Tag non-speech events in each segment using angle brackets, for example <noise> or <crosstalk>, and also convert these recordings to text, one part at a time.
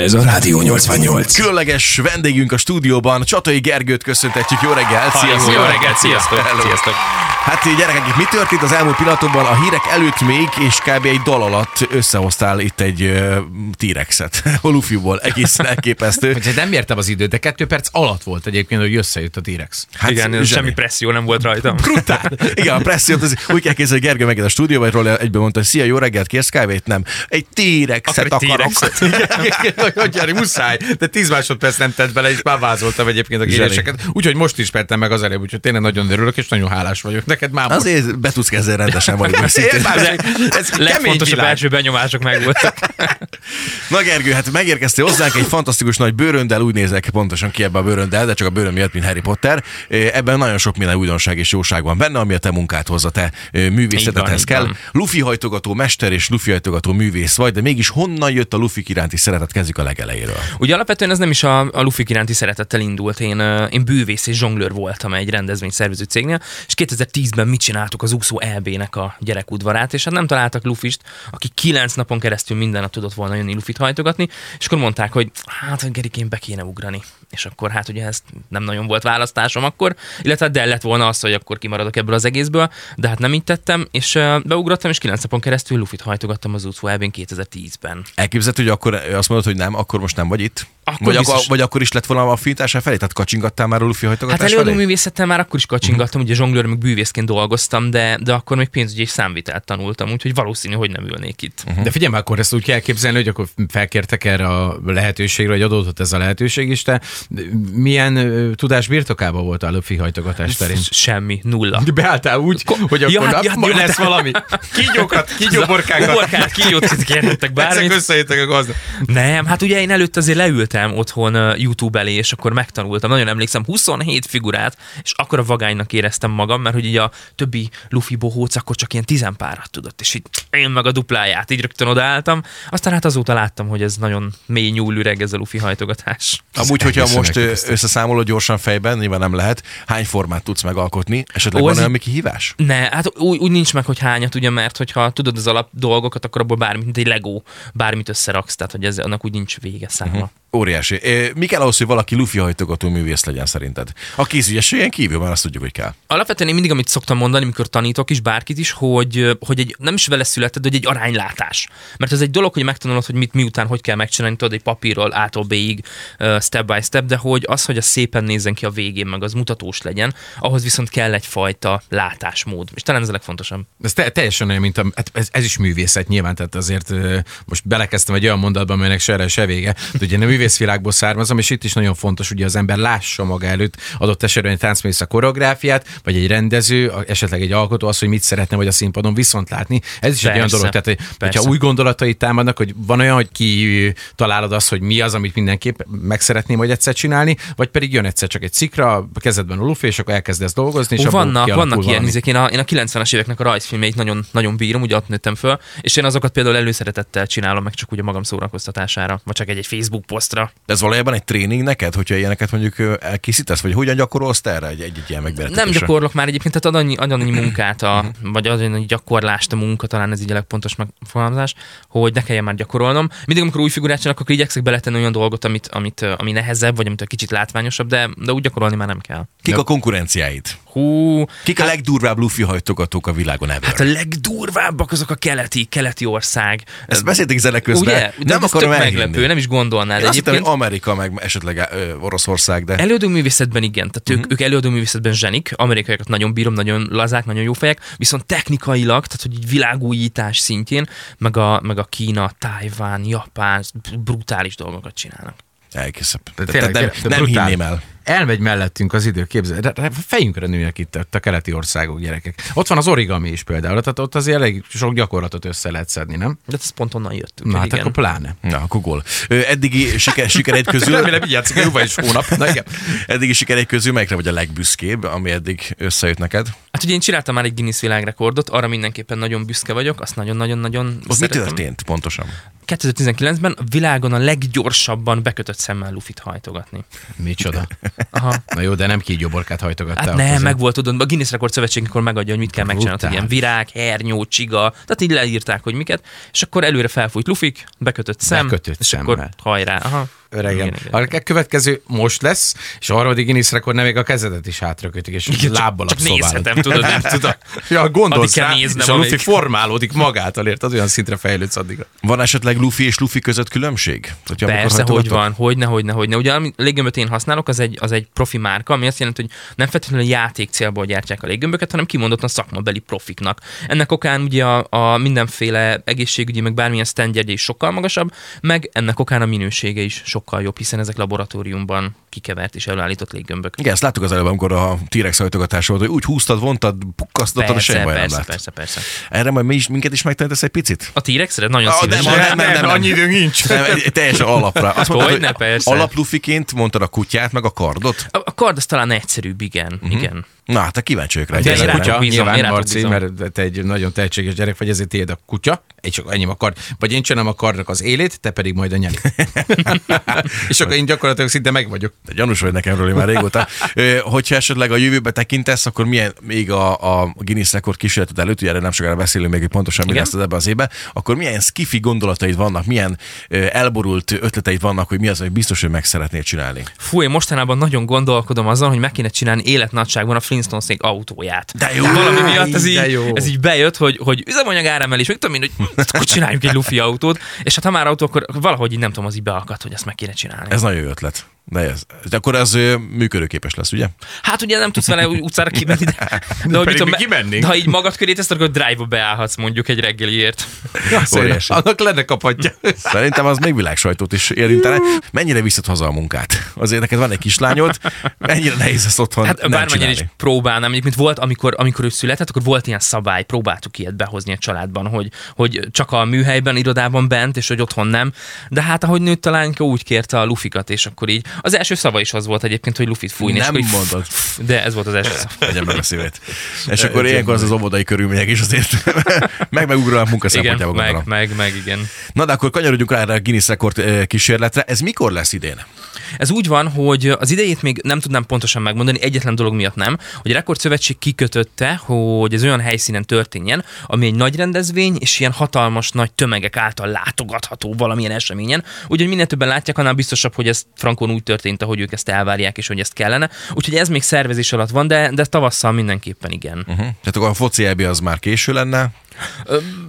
Ez a Rádió 88. Különleges vendégünk a stúdióban, Csatai Gergőt köszöntetjük. Jó reggel! Sziasztok! Jó reggelt, sziasztok! Hello. Sziasztok! Hát így, gyerekek, itt mi történt az elmúlt pillanatokban? A hírek előtt még, és kb. egy dal alatt összehoztál itt egy uh, T-rexet. <laughs> A Luffy-ból egész <laughs> elképesztő. Úgyhogy nem értem az időt, de kettő perc alatt volt egyébként, hogy összejött a T-rex. Hát, Igen, zseni. semmi presszió nem volt rajtam. Brutál. Igen, a pressziót az, úgy kell képzelni, hogy Gergő megint a stúdióba, és Roller egyben mondta, hogy szia, jó reggelt, kérsz kávét? Nem. Egy T-rexet Akkor egy akarok. <laughs> Nagyon gyári, muszáj, de 10 másodperc nem tett bele, és már vázoltam egyébként a Zseni. kéréseket. Úgyhogy most ismertem meg az előbb, úgyhogy tényleg nagyon örülök, és nagyon hálás vagyok neked már. most. Azért be tudsz kezdeni rendesen, vagy őszintén. Ez legfontosabb világ. első benyomások megvoltak. Na Gergő, hát megérkeztél hozzánk egy fantasztikus nagy bőröndel, úgy nézek pontosan ki ebbe a bőröndel, de csak a bőrön miatt, mint Harry Potter. Eh, Ebben nagyon sok minden újdonság és jóság van benne, ami a te munkát hozza, te eh, Így van, művészetedhez így kell. van. Luffy hajtogató mester és Luffy hajtogató művész vagy, de mégis honnan jött a Luffy iránti szeretet? Kezdjük a legelejéről. Ugye alapvetően ez nem is a, a Luffy iránti szeretettel indult. Én, ö, én bűvész és zsonglőr voltam egy rendezvényszervező cégnél, és 2010-ben mit csináltuk az úszó EB-nek a gyerekudvarát, és hát nem találtak Luffist, aki kilenc napon keresztül minden nap tudott volna jönni Luffit hajtogatni, és akkor mondták, hogy hát Gerikén be kéne ugrani. És akkor hát ugye ezt nem nagyon volt választásom akkor, illetve hát, de lett volna az, hogy akkor kimaradok ebből az egészből, de hát nem így tettem, és ö, beugrottam, és kilenc napon keresztül Luffit hajtogattam az úszó EB-n 2010-ben. Elképzelhető, hogy akkor azt mondod, hogy nem, akkor most nem vagy itt? Akkor vagy, biztos- akkor, vagy akkor is lett volna a fintása felé? Tehát kacsingattál már a Luffy hajtogatás Hát előadó felé? művészettel már akkor is kacsingattam, Mhm. ugye zsonglőr, meg bűvészként dolgoztam, de, de akkor még pénzügyi és számvitelt tanultam, úgyhogy valószínű, hogy nem ülnék itt. De figyelj, már akkor ezt úgy kell képzelni, hogy akkor felkértek erre a lehetőségre, hogy adódott ez a lehetőség is, te milyen ö, tudás birtokában volt a Luffy hajtogatás terén? Semmi, nulla. <laughs> Beálltál úgy, hogy Ja, akkor hát, ja, ja, ja, majd ja, lesz te- <laughs> valami. <laughs> Kígyókat, kígyóborkákat. Borkát, kijót, kérhettek Egyszer bármit. összejöttek a gazda. Nem, hát ugye én előtt azért leültem otthon ö, YouTube elé, és akkor megtanultam, nagyon emlékszem, 27 figurát, és akkor a vagánynak éreztem magam, mert hogy így a többi Luffy bohóc akkor csak ilyen tizenpárat tudott, és így én meg a dupláját, így rögtön odaálltam. Aztán hát azóta láttam, hogy ez nagyon mély nyúl üreg ez a Luffy hajtogatás. Amúgy, Ez hogyha egészen most ö, elképesztő. összeszámolod gyorsan fejben, nyilván nem lehet, hány formát tudsz megalkotni? Esetleg Ó, van ez olyan, így- ami kihívás? Ne, hát úgy, úgy nincs meg, hogy hányat, ugye, mert hogyha tudod az alap dolgokat, akkor abból bármit, mint egy Lego, bármit összeraksz, tehát hogy ez, annak úgy nincs vége száma. Uh-huh. Óriási. Ö, Mi kell ahhoz, hogy valaki lufi hajtogató művész legyen szerinted? A kézügyességen kívül már azt tudjuk, hogy kell. Alapvetően én mindig, amit szoktam mondani, amikor tanítok is bárkit is, hogy, hogy egy, nem is vele születed, hogy egy aránylátás. Mert ez egy dolog, hogy megtanulod, hogy mit miután hogy kell megcsinálni, tudod, egy papírról ától B-ig, ö, step by step, de hogy az, hogy a szépen nézzen ki a végén, meg az mutatós legyen, ahhoz viszont kell egyfajta látásmód. És talán ez a legfontosabb. Ez te, teljesen olyan, mint a, hát ez, ez, is művészet nyilván, tehát azért ö, most belekezdtem egy olyan mondatba, amelynek se erre, se vége. De ugye én a művészvilágból származom, és itt is nagyon fontos, ugye az ember lássa maga előtt adott esetben egy táncművész a koreográfiát, vagy egy rendező, a- esetleg egy alkotó az, hogy mit szeretne vagy a színpadon viszont látni. Ez is egy olyan Persze, dolog, tehát hogy- persze. hogyha új gondolatai támadnak, hogy van olyan, hogy ki találod azt, hogy mi az, amit mindenképp meg szeretném, hogy egyszer csinálni, vagy pedig jön egyszer csak egy cikra, a kezedben a lufi, és akkor elkezdesz dolgozni, és Ó, abból vannak, kialakul vannak ilyen valami. izék. Én a, én a 90-es éveknek a rajzfilmjeit nagyon, nagyon bírom, ugye ott nőttem föl, és én azokat például előszeretettel csinálom meg csak ugye magam szórakoztatására, vagy csak egy-egy Facebook posztra. Ez valójában egy tréning neked, hogyha ilyeneket mondjuk ö, elkészítesz, vagy hogyan gyakorolsz te erre egy, egy, egy ilyen megberetetésre? Nem gyakorlok már egyébként, tehát ad annyi, ad annyi munkát, a, Mhm. vagy ad annyi gyakorlást a munka, talán ez így a legpontos megfogalmazás, hogy ne kelljen már gyakorolnom. Mindig, amikor új figurát csinálok, akkor igyekszek beletenni olyan dolgot, amit, amit, ö, ami nehezebb, vagy amit egy kicsit látványosabb, de, de úgy gyakorolni már nem kell. Kik a konkurenciáid? Hú, Kik a legdurvább lufi hajtogatók a világon ebből? hát a legdurvábbak azok a keleti, keleti ország. Ezt beszéltünk zene közben, Ugye? De nem ez akarom tök elhinni. meglepő, nem is gondolnád Én azt hittem, egyébként. E- hogy Amerika, meg esetleg ö, Oroszország, de... Előadó művészetben igen, tehát ők, Mhm. ők előadó művészetben zsenik, amerikaiakat nagyon bírom, nagyon lazák, nagyon jó fejek, viszont technikailag, tehát hogy így világújítás szintjén, meg a, meg a Kína, Tájván, Japán, brutális dolgokat csinálnak. Elkészebb. Te, De tényleg, nem, tényleg, de nem brutál. hinném el. Elmegy mellettünk az idő, képzel. De- de Fejünkre nőnek itt a- a keleti országok gyerekek. Ott van az origami is például, tehát ott azért elég sok gyakorlatot össze lehet szedni, nem? De ez pont onnan jöttünk. Na hogy hát igen. akkor pláne. Na, akkor gól. Ö, Eddigi siker, sikereid közül... Remélem, így játszik a Juba is hónap. Na, igen. Eddigi sikereid közül melyikre vagy a legbüszkébb, ami eddig összejött neked? Hát ugye én csináltam már egy Guinness világrekordot, arra mindenképpen nagyon büszke vagyok, azt nagyon-nagyon-nagyon Az mi szeretem. történt pontosan? 2019-ben a világon a leggyorsabban bekötött szemmel Lufit hajtogatni. Micsoda. Aha. Na jó, de nem kígyóborkát hajtogattál. Hát ott nem, azért. meg volt, tudod, a Guinness Rekord Szövetség, amikor megadja, hogy mit kell megcsinálni, hogy Brutál. ilyen virág, hernyó, csiga, tehát így leírták, hogy miket, és akkor előre felfújt lufik, bekötött szem, Bekötött és szemmel. akkor hajrá. Aha. Öregem. Igen, igen. A következő most lesz, és a harmadik Guinness rekord nem még a kezedet is hátrakötik, és Igen, igen, csak- lábbal csak a szobádat. nézhetem, tudod, nem <laughs> nem tudom. tudom. Ja, Addig gondolsz kell rá, néznem, és a Luffy amelyik- formálódik magától, érted? Olyan szintre fejlődsz addigra. Van esetleg Luffy és Luffy között különbség? Hogyha amikor Persze, hogy hajtogatok? van, hogyne, hogyne, hogyne. Ugye ami léggömböt én használok, az egy, az egy profi márka, ami azt jelenti, hogy nem feltétlenül játék célból gyártják a léggömböket, hanem kimondottan szakmabeli profiknak. Ennek okán ugye a, a mindenféle egészségügyi, meg bármilyen standardje is sokkal magasabb, meg ennek okán a minősége is sokkal jobb, hiszen ezek laboratóriumban kikevert és előállított léggömbök. Igen, ezt láttuk az előbb, amikor a T-rex hajtogatás volt, hogy úgy húztad, vontad, pukkasztottad, és Persze, semmi baj nem persze, lett. persze, persze. Erre majd mi is, minket is megtanítesz egy picit? A T-rexre nagyon Ah, de szívesen. ma- nem, nem, nem. annyi időnk <laughs> nincs. Nem, egy- egy teljesen alapra. Azt Hogyne, persze. alaplufiként mondtad a kutyát, meg a kardot. A a kard az talán egyszerűbb, igen, igen. Na, hát te kíváncsi vagyok rá. De egy Én egyelőre. rátok kutya, bízom, nyilván én rátok Marci, bízom. mert te egy nagyon tehetséges gyerek vagy, ezért tiéd a kutya, egy csak ennyi a kard. Vagy én csinálom a kardnak az élét, te pedig majd a nyelét. és akkor én gyakorlatilag szinte meg vagyok. De gyanús vagy nekem róla már régóta. Ö, Hogyha esetleg a jövőbe tekintesz, akkor milyen még a, a Guinness rekord kísérleted előtt, ugye erre nem sokára beszélünk még, hogy pontosan mi Igen. lesz ebben az évben, akkor milyen skifi gondolataid vannak, milyen ö, elborult ötleteid vannak, hogy mi az, hogy biztos, hogy meg szeretnél csinálni. Fú, én mostanában nagyon gondolkodom azon, hogy meg kéne csinálni életnagyságban a Flintstones-ék autóját. De jó! Valami miatt ez de így, jó. ez így bejött, hogy, hogy üzemanyag áremelés, meg tudom én, hogy hm, akkor csináljunk egy lufi autót, és hát ha már autó, akkor valahogy így nem tudom, az így beakadt, hogy ezt meg kéne csinálni. Ez nagyon jó ötlet. De, ez, de akkor ez ö, működőképes lesz, ugye? Hát ugye nem tudsz vele úgy utcára kimenni, de, de, Pedig mi be- kimennénk. de ha így magad köré teszed, akkor drive-ba beállhatsz mondjuk egy reggeliért. Óriási. Annak lenne kapatja. Szerintem az még világsajtót is érintene. Mennyire viszed haza a munkát? Azért neked van egy kislányod, mennyire nehéz ezt otthon Hát hát, nem bármennyire is csinálni. próbálnám, mondjuk, mint volt, amikor, amikor ő született, akkor volt ilyen szabály, próbáltuk ilyet behozni a családban, hogy, hogy csak a műhelyben, irodában bent, és hogy otthon nem. De hát ahogy nőtt a lányka, úgy kérte a lufikat, és akkor így. Az első szava is az volt egyébként, hogy lufit fújni. és Nem akkor így, mondod. De ez volt az első szava. Legyen meg a szívét. És akkor ilyenkor az az óvodai körülmények is azért <laughs> meg megugranak munka Igen, szempontjából meg, gondolom. meg, meg, igen. Na de akkor kanyarodjunk rá erre a Guinness rekord eh, kísérletre. Ez mikor lesz idén? Ez úgy van, hogy az idejét még nem tudnám pontosan megmondani, egyetlen dolog miatt nem, hogy a rekordszövetség kikötötte, hogy ez olyan helyszínen történjen, ami egy nagy rendezvény, és ilyen hatalmas nagy tömegek által látogatható valamilyen eseményen. Úgyhogy minél többen látják, annál biztosabb, hogy ez frankon úgy történt, ahogy ők ezt elvárják, és hogy ezt kellene. Úgyhogy ez még szervezés alatt van, de, de tavasszal mindenképpen igen. Uh-huh. Tehát akkor a foci EB az már késő lenne,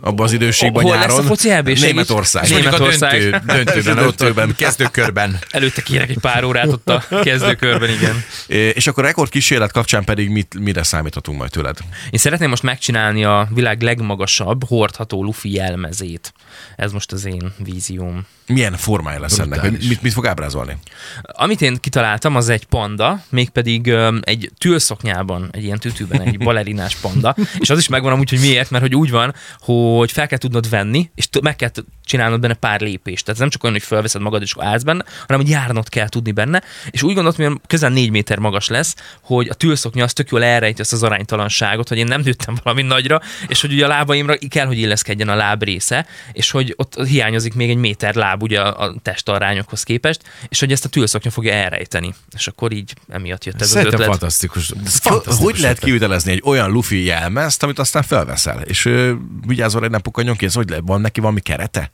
abban az időségben hol lesz nyáron. a foci EB? Segíts! Németország. És mondjuk a Németország. döntő- döntőben, döntőben. kezdőkörben. Előtte kérek egy pár órát ott a kezdőkörben, igen. Eh, És akkor a rekordkísérlet kapcsán pedig mit, mire számíthatunk majd tőled? Én szeretném most megcsinálni a világ legmagasabb hordható lufi jelmezét. Ez most az én vízióm. Milyen formája lesz ennek? Hogy Brutális. Mit, mit fog ábrázolni? Amit én kitaláltam, az egy panda, mégpedig öm, egy tűlszoknyában, egy ilyen tütűben, egy balerinás panda. És az is megvan amúgy, hogy miért, mert hogy úgy van, hogy fel kell tudnod venni, és t- meg kell t- csinálnod benne pár lépést. Tehát ez nem csak olyan, hogy felveszed magad és akkor állsz benne, hanem hogy járnod kell tudni benne. És úgy gondoltam, hogy közel négy méter magas lesz, hogy a tűlszoknya az tök jól elrejti azt az aránytalanságot, hogy én nem nőttem valami nagyra, és hogy ugye a lábaimra kell, hogy illeszkedjen a láb része, és hogy ott hiányozik még egy méter láb ugye a a testarányokhoz képest, és hogy ezt a tűlszoknya fogja elrejteni. És akkor így emiatt jött ez Szerintem az ötlet. fantasztikus. Fantasztikus Hogy lehet kivitelezni egy olyan lufi jelmezt, amit aztán felveszel? És ö, vigyázol, hogy nem pukanjon ki, ez hogy lehet? Van neki valami kerete?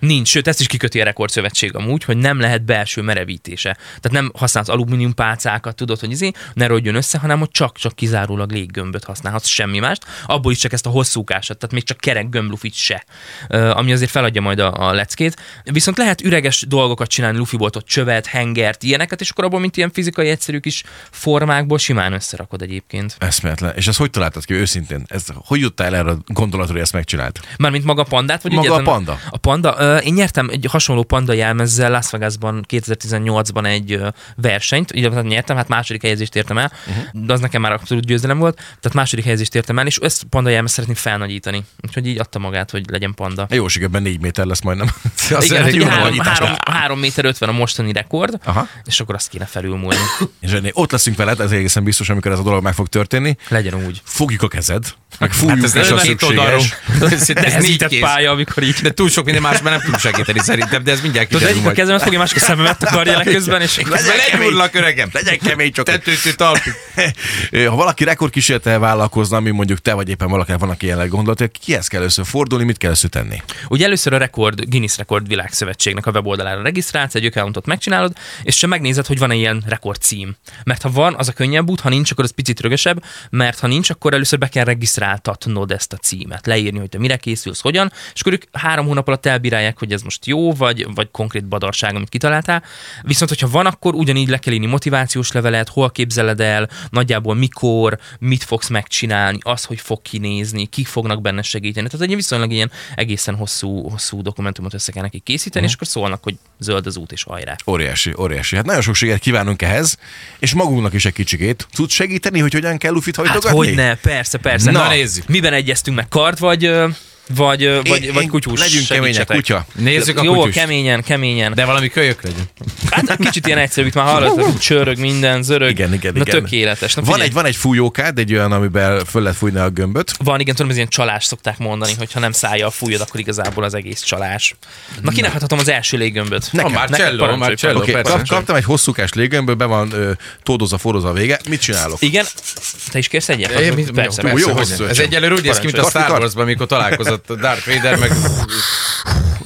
Nincs, sőt, ezt is kiköti a rekordszövetség amúgy, hogy nem lehet belső merevítése. Tehát nem használsz alumínium pálcákat, tudod, hogy izé, ne rodjon össze, hanem hogy csak-csak kizárólag léggömböt használhatsz, semmi mást. Abból is csak ezt a hosszúkásat, tehát még csak kerek gömblufit se, Ö, ami azért feladja majd a, a leckét. Viszont lehet üreges dolgokat csinálni, lufiból ott csövet, hengert, ilyeneket, és akkor abból, mint ilyen fizikai egyszerű kis formákból simán összerakod egyébként. Eszméletlen. És ezt hogy találtad ki őszintén? Ez, hogy juttál erre a gondolatra, hogy ezt megcsinált? Mármint maga a pandát? Vagy Maga egyetlen- a panda. A panda. Ö, Én nyertem egy hasonló panda jelmezzel Las Vegasban 2018-ban egy ö, versenyt, illetve nyertem, hát második helyezést értem el, uh-huh. de az nekem már abszolút győzelem volt, tehát második helyezést értem el, és ezt panda jelmezt szeretném felnagyítani. Úgyhogy így adta magát, hogy legyen panda. Jó sikebben négy méter lesz majdnem. Igen, hát elég ugye jó három, nagyítás. három, három méter 50 a mostani rekord, Aha. és akkor azt kéne felülmúlni. És ennél ott leszünk veled, ez egészen biztos, amikor ez a dolog meg fog történni. Legyen úgy. Fogjuk a kezed, Meg fújjuk Hát ez is a nem két oldalról. szükséges. Ez, ez négy Nehezített kéz. pálya, amikor így. De túl sok minden másban nem tud segíteni szerintem, de ez mindjárt Tudod, kiderül egyik a majd. kezemet fogja, másik a szememet akarja le közben, és Közben legyúrlak, öregem. Legyen kemény csak. Tetőtől talpig. <laughs> ha valaki rekordkísérletel vállalkozna, ami mondjuk te vagy éppen valaki, van, aki jelenleg gondolat, kihez kell először fordulni, mit kell először tenni? Ugye először a rekord, Guinness Rekord Világszövetségnek a weboldalára regisztrálsz, egy accountot megcsinálod, és csak megnézed, hogy van-e ilyen rekord cím. Mert ha van, az a könnyebb út, ha nincs, akkor az picit rögösebb, mert ha nincs, akkor először be kell regisztráltatnod ezt a címet, leírni, hogy te mire készülsz, hogyan, és akkor ők három hónap alatt elbírálják, hogy ez most jó, vagy, vagy konkrét badarság, amit kitaláltál. Viszont, hogyha van, akkor ugyanígy le kell írni motivációs levelet, hol képzeled el, nagyjából mikor, mit fogsz megcsinálni, az, hogy fog kinézni, kik fognak benne segíteni. Tehát egy viszonylag ilyen egészen hosszú, hosszú dokumentumot össze kell nekik készíteni, és akkor szólnak, hogy zöld az út és hajrá. Óriási, óriási. Hát nagyon sok sikert kívánunk ehhez, és magunknak is egy kicsikét. Tudsz segíteni, hogy hogyan kell lufit Hát hajtogatni? hogy ne, persze, persze. Na, nézzük. Miben egyeztünk meg, kard vagy, ö, vagy, ö, vagy, Én- vagy én- kutyús? Legyünk kemények, Segítsetek. kutya. Nézzük a Jó, kutyust. keményen, keményen. De valami kölyök legyen. Hát kicsit ilyen egyszerű, itt már hallod, csörög minden, zörög. Igen, igen, Na igen. tökéletes. Na, Van figyelj. egy, van egy fújókád, egy olyan, amiben föl lehet fújni a gömböt. Van, igen, tudom, ez ilyen csalás szokták mondani, hogy ha nem szája a fújod, akkor igazából az egész csalás. Na, kinek adhatom az első léggömböt? Nekem. Ha már cello, parancsolj, ha már cello. parancsolj. Oké, persze. kap, kaptam egy hosszúkás léggömböt, be van ö, tódozva, forrozva a vége. Mit csinálok? Igen, te is kérsz egyet? Én Az- mit- persze, jó, persze. jó, hogy hosszú nem. Ez öcsém. egyelőre úgy néz ki, mint a Parancsolj. Star Wars-ban, amikor találkozott a Darth Vader, meg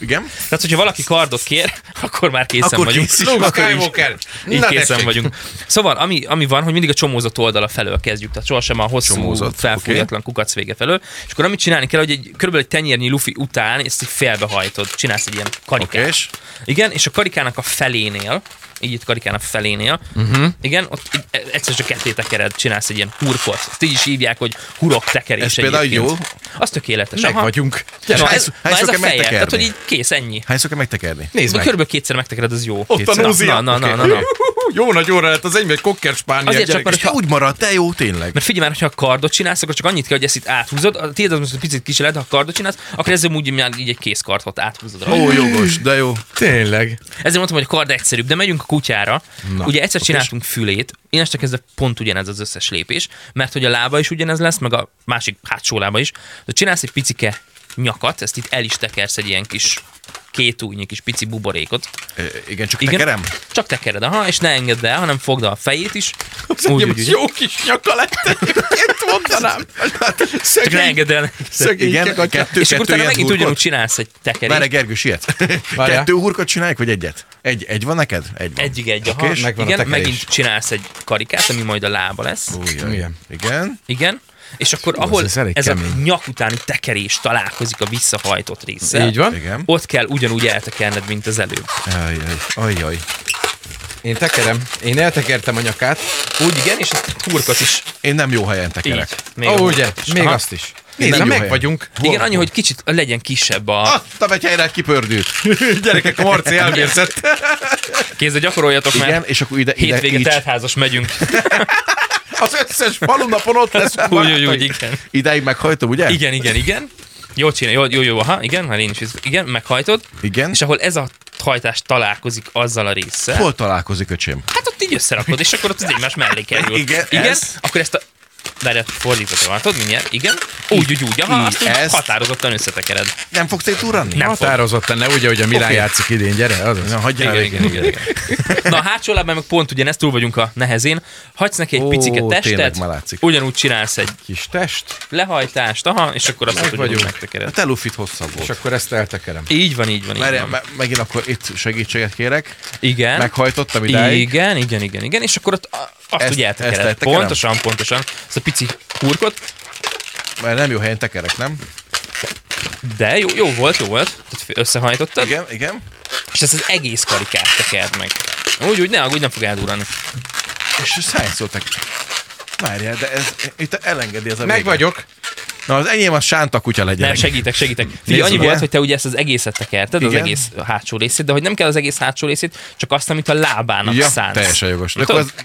Igen? Tehát, hogyha valaki kardot kér, <laughs> akkor már készen Akkor vagyunk. kész is. Luke Akkor így. Skywalker. Így Na, készen tessék. vagyunk. Szóval, ami, ami van, hogy mindig a csomózott oldala felől kezdjük, tehát sohasem a hosszú, Csomózott, Csomózott, felfújatlan okay. kukac vége felől. És akkor amit csinálni kell, hogy egy, körülbelül egy tenyérnyi lufi után ezt így felbehajtod, csinálsz egy ilyen karikát. Oké, és? Igen, és a karikának a felénél, így itt karikának felénél, Mhm. uh-huh. igen, ott így e- egyszer csak ketté tekered, csinálsz egy ilyen hurkot. Ezt így is hívják, hogy hurok tekerés. Ez például egyébként. jó. Az tökéletes. meg aha. vagyunk. Na, Hány- ez, hány na, ez a szokja feje. megtekerni? Tehát, hogy így kész, ennyi. Hányszor kell megtekerni? Nézd meg. Körülbelül kétszer megtekered, az jó. Ott a Na, nózia. Na, na, na, na, Oké. na. Hú, Jó nagy óra lett, Hát az enyém egy kokker spánia. Azért gyerekek. csak, mert És te úgy maradt, te jó, tényleg. Mert figyelj már, hogyha a kardot csinálsz, akkor csak annyit kell, hogy ezt itt áthúzod. A tiéd az most egy picit kisebb, de ha kardot csinálsz, akkor ezzel úgy már így egy kész kardot áthúzod. rajta. Ó, jogos, de jó. Tényleg. Ezért mondtam, hogy a kard egyszerűbb, de megyünk a kutyára. Na, Ugye egyszer csináltunk fülét, én este kezdve pont ugyanez az összes lépés, mert hogy a lába is ugyanez lesz, meg a másik hátsó lába is. De csinálsz egy picike nyakat, ezt itt el is tekersz egy ilyen kis két újnyi kis pici buborékot. Ö, igen, csak tekerem. Csak tekered, aha, és ne engedd el, hanem fogd a fejét is. Úgy, Ugye, úgy, az úgy. jó kis nyaka lett egyébként, mondanám. Hát Csak ne Szegény, engedd el. szegény Igen, kis atya. kettő, És akkor kettő utána ilyen megint hurkot. ugyanúgy csinálsz egy tekerést. Várj, Gergő, siet. <laughs> Várjál. Kettő hurkot csináljuk, vagy egyet? Egy, egy van neked? Egy van. Egyig egy, aha. Oké, és- megvan a igen, tekerés. megint csinálsz egy karikát, ami majd a lába lesz. Ujjaj. Igen. Igen. Igen. És akkor, ahol ez ez, elég ez a kemény. nyak utáni tekerés találkozik a visszahajtott résszel, Így van. Igen. ott kell ugyanúgy eltekerned, mint az előbb. Ajjaj. Ajjaj. Én tekerem. Én eltekertem a nyakát. Úgy igen, és ezt hurkot is Én nem jó helyen így. tekerek. Még Ó, a- ugye, még Aha. azt is. Én Nézd, nem na, jó meg helyen. vagyunk. Igen, annyi, hogy kicsit legyen kisebb Ah! a Adtam egy helyre, kipördült. Gyerekek, a Marci elvérzett. kézzel gyakoroljatok, mert Igen, és akkor ide, ide hétvége így, teltházas megyünk. <laughs> Az összes falunapon ott lesz. <laughs> Úgy, úgy, úgy, igen. ideig meghajtom, ugye? Igen, igen, igen. Jól csinál, jó, jó, jó, aha, igen, már én is, ezt- igen, meghajtod. Igen. És ahol ez a hajtás találkozik azzal a résszel, Hol találkozik, öcsém? Hát ott így összerakod, és akkor ott az egymás mellé kerül. Igen, igen ez. akkor ezt a... Várj, fordítva van, tudod mindjárt? Igen. Úgy, úgy, úgy, aha, így, azt úgy ezt. határozottan összetekered. Nem fogsz itt uranni? Nem fog. Határozottan ne, ugye, hogy a Milán Oké. játszik idén, gyere, az az. Na, hagyjál Igen, el, igen, igen, igen. Na a hátsó lábban meg pont ugyanezt, túl vagyunk a nehezén. Hagysz neki egy Ó, picike tényleg testet, már látszik. ugyanúgy csinálsz egy Kis test, lehajtást, aha, és akkor azt vagyunk. tudjuk A megtekered. te lufit hosszabb és volt. akkor ezt eltekerem. Így van, így van, így Várjál, van. me- megint akkor itt segítséget kérek. Igen. Meghajtottam idáig. Igen, igen, igen, igen, és akkor ott a- azt Ezt- ugye eltekered. ezt eltekerem? pontosan, pontosan. Ezt a pici hurkot, Mert nem jó helyen tekerek, nem? De jó, jó volt, jó volt. Tehát Összehajtottad, Igen. Igen, igen. és ezt az egész karikát tekerd meg. Úgy, úgy, ne aggódj, nem fog eldurrani. És ez hányszor tekerek? Várjál, de ez, itt elengedi ez a Meg vége. vagyok. Na az enyém az sánta kutya legyen. Nem, segítek, segítek. Figyelj, Nézd annyi meg. volt, hogy te ugye ezt az egészet tekerted, az Igen. egész hátsó részét, de hogy nem kell az egész hátsó részét, csak azt, amit a lábának Ja, szánsz. teljesen jogos. De Tudod? akkor az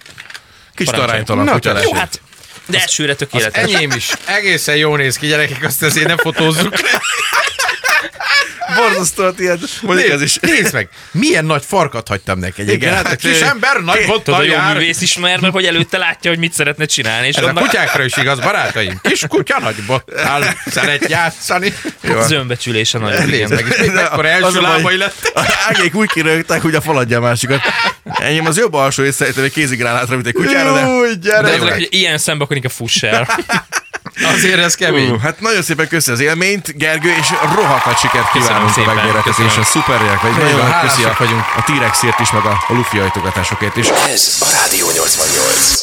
kicsit Parancsolj. aránytalan Na, kutya te- lesz. Jó, hát, de elsőre tökéletes. Enyém is. Egészen jól néz ki, gyerekek, azt ezért nem fotózzuk. Borzasztóan ilyen. Mondjuk ez is. Nézd meg, milyen nagy farkat hagytam neki egyébként. Igen. Hát a kis ember nagy Tudod, bottal a jó jár. művész ismer, mert hogy előtte látja, hogy mit szeretne csinálni. És Ez a annak kutyákra is igaz, barátaim. Kis kutya nagy bottal szeret játszani. zömbbecsülése nagyon. Nézd igen. meg, és még mekkora első lábai lett. A ágék úgy kirögtek, hogy a faladja a másikat. Enyém az jobb alsó és szerintem egy kézigránátra, mint egy kutyára, de... Júj, De gyere! ez, meg. hogy ilyen szembe, akkor inkább fuss el. Azért ez kemény. Ú, hát nagyon szépen köszi az élményt, Gergő, és rohadt siket kívánunk a szépen, megbérekezésen. köszönöm. Szuperiek vagy, Így nagyon van, nagy hálásak köszi a, vagyunk. a T-rexért is, meg a, a Luffy ajtogatásokért is. Ez a Rádió 88.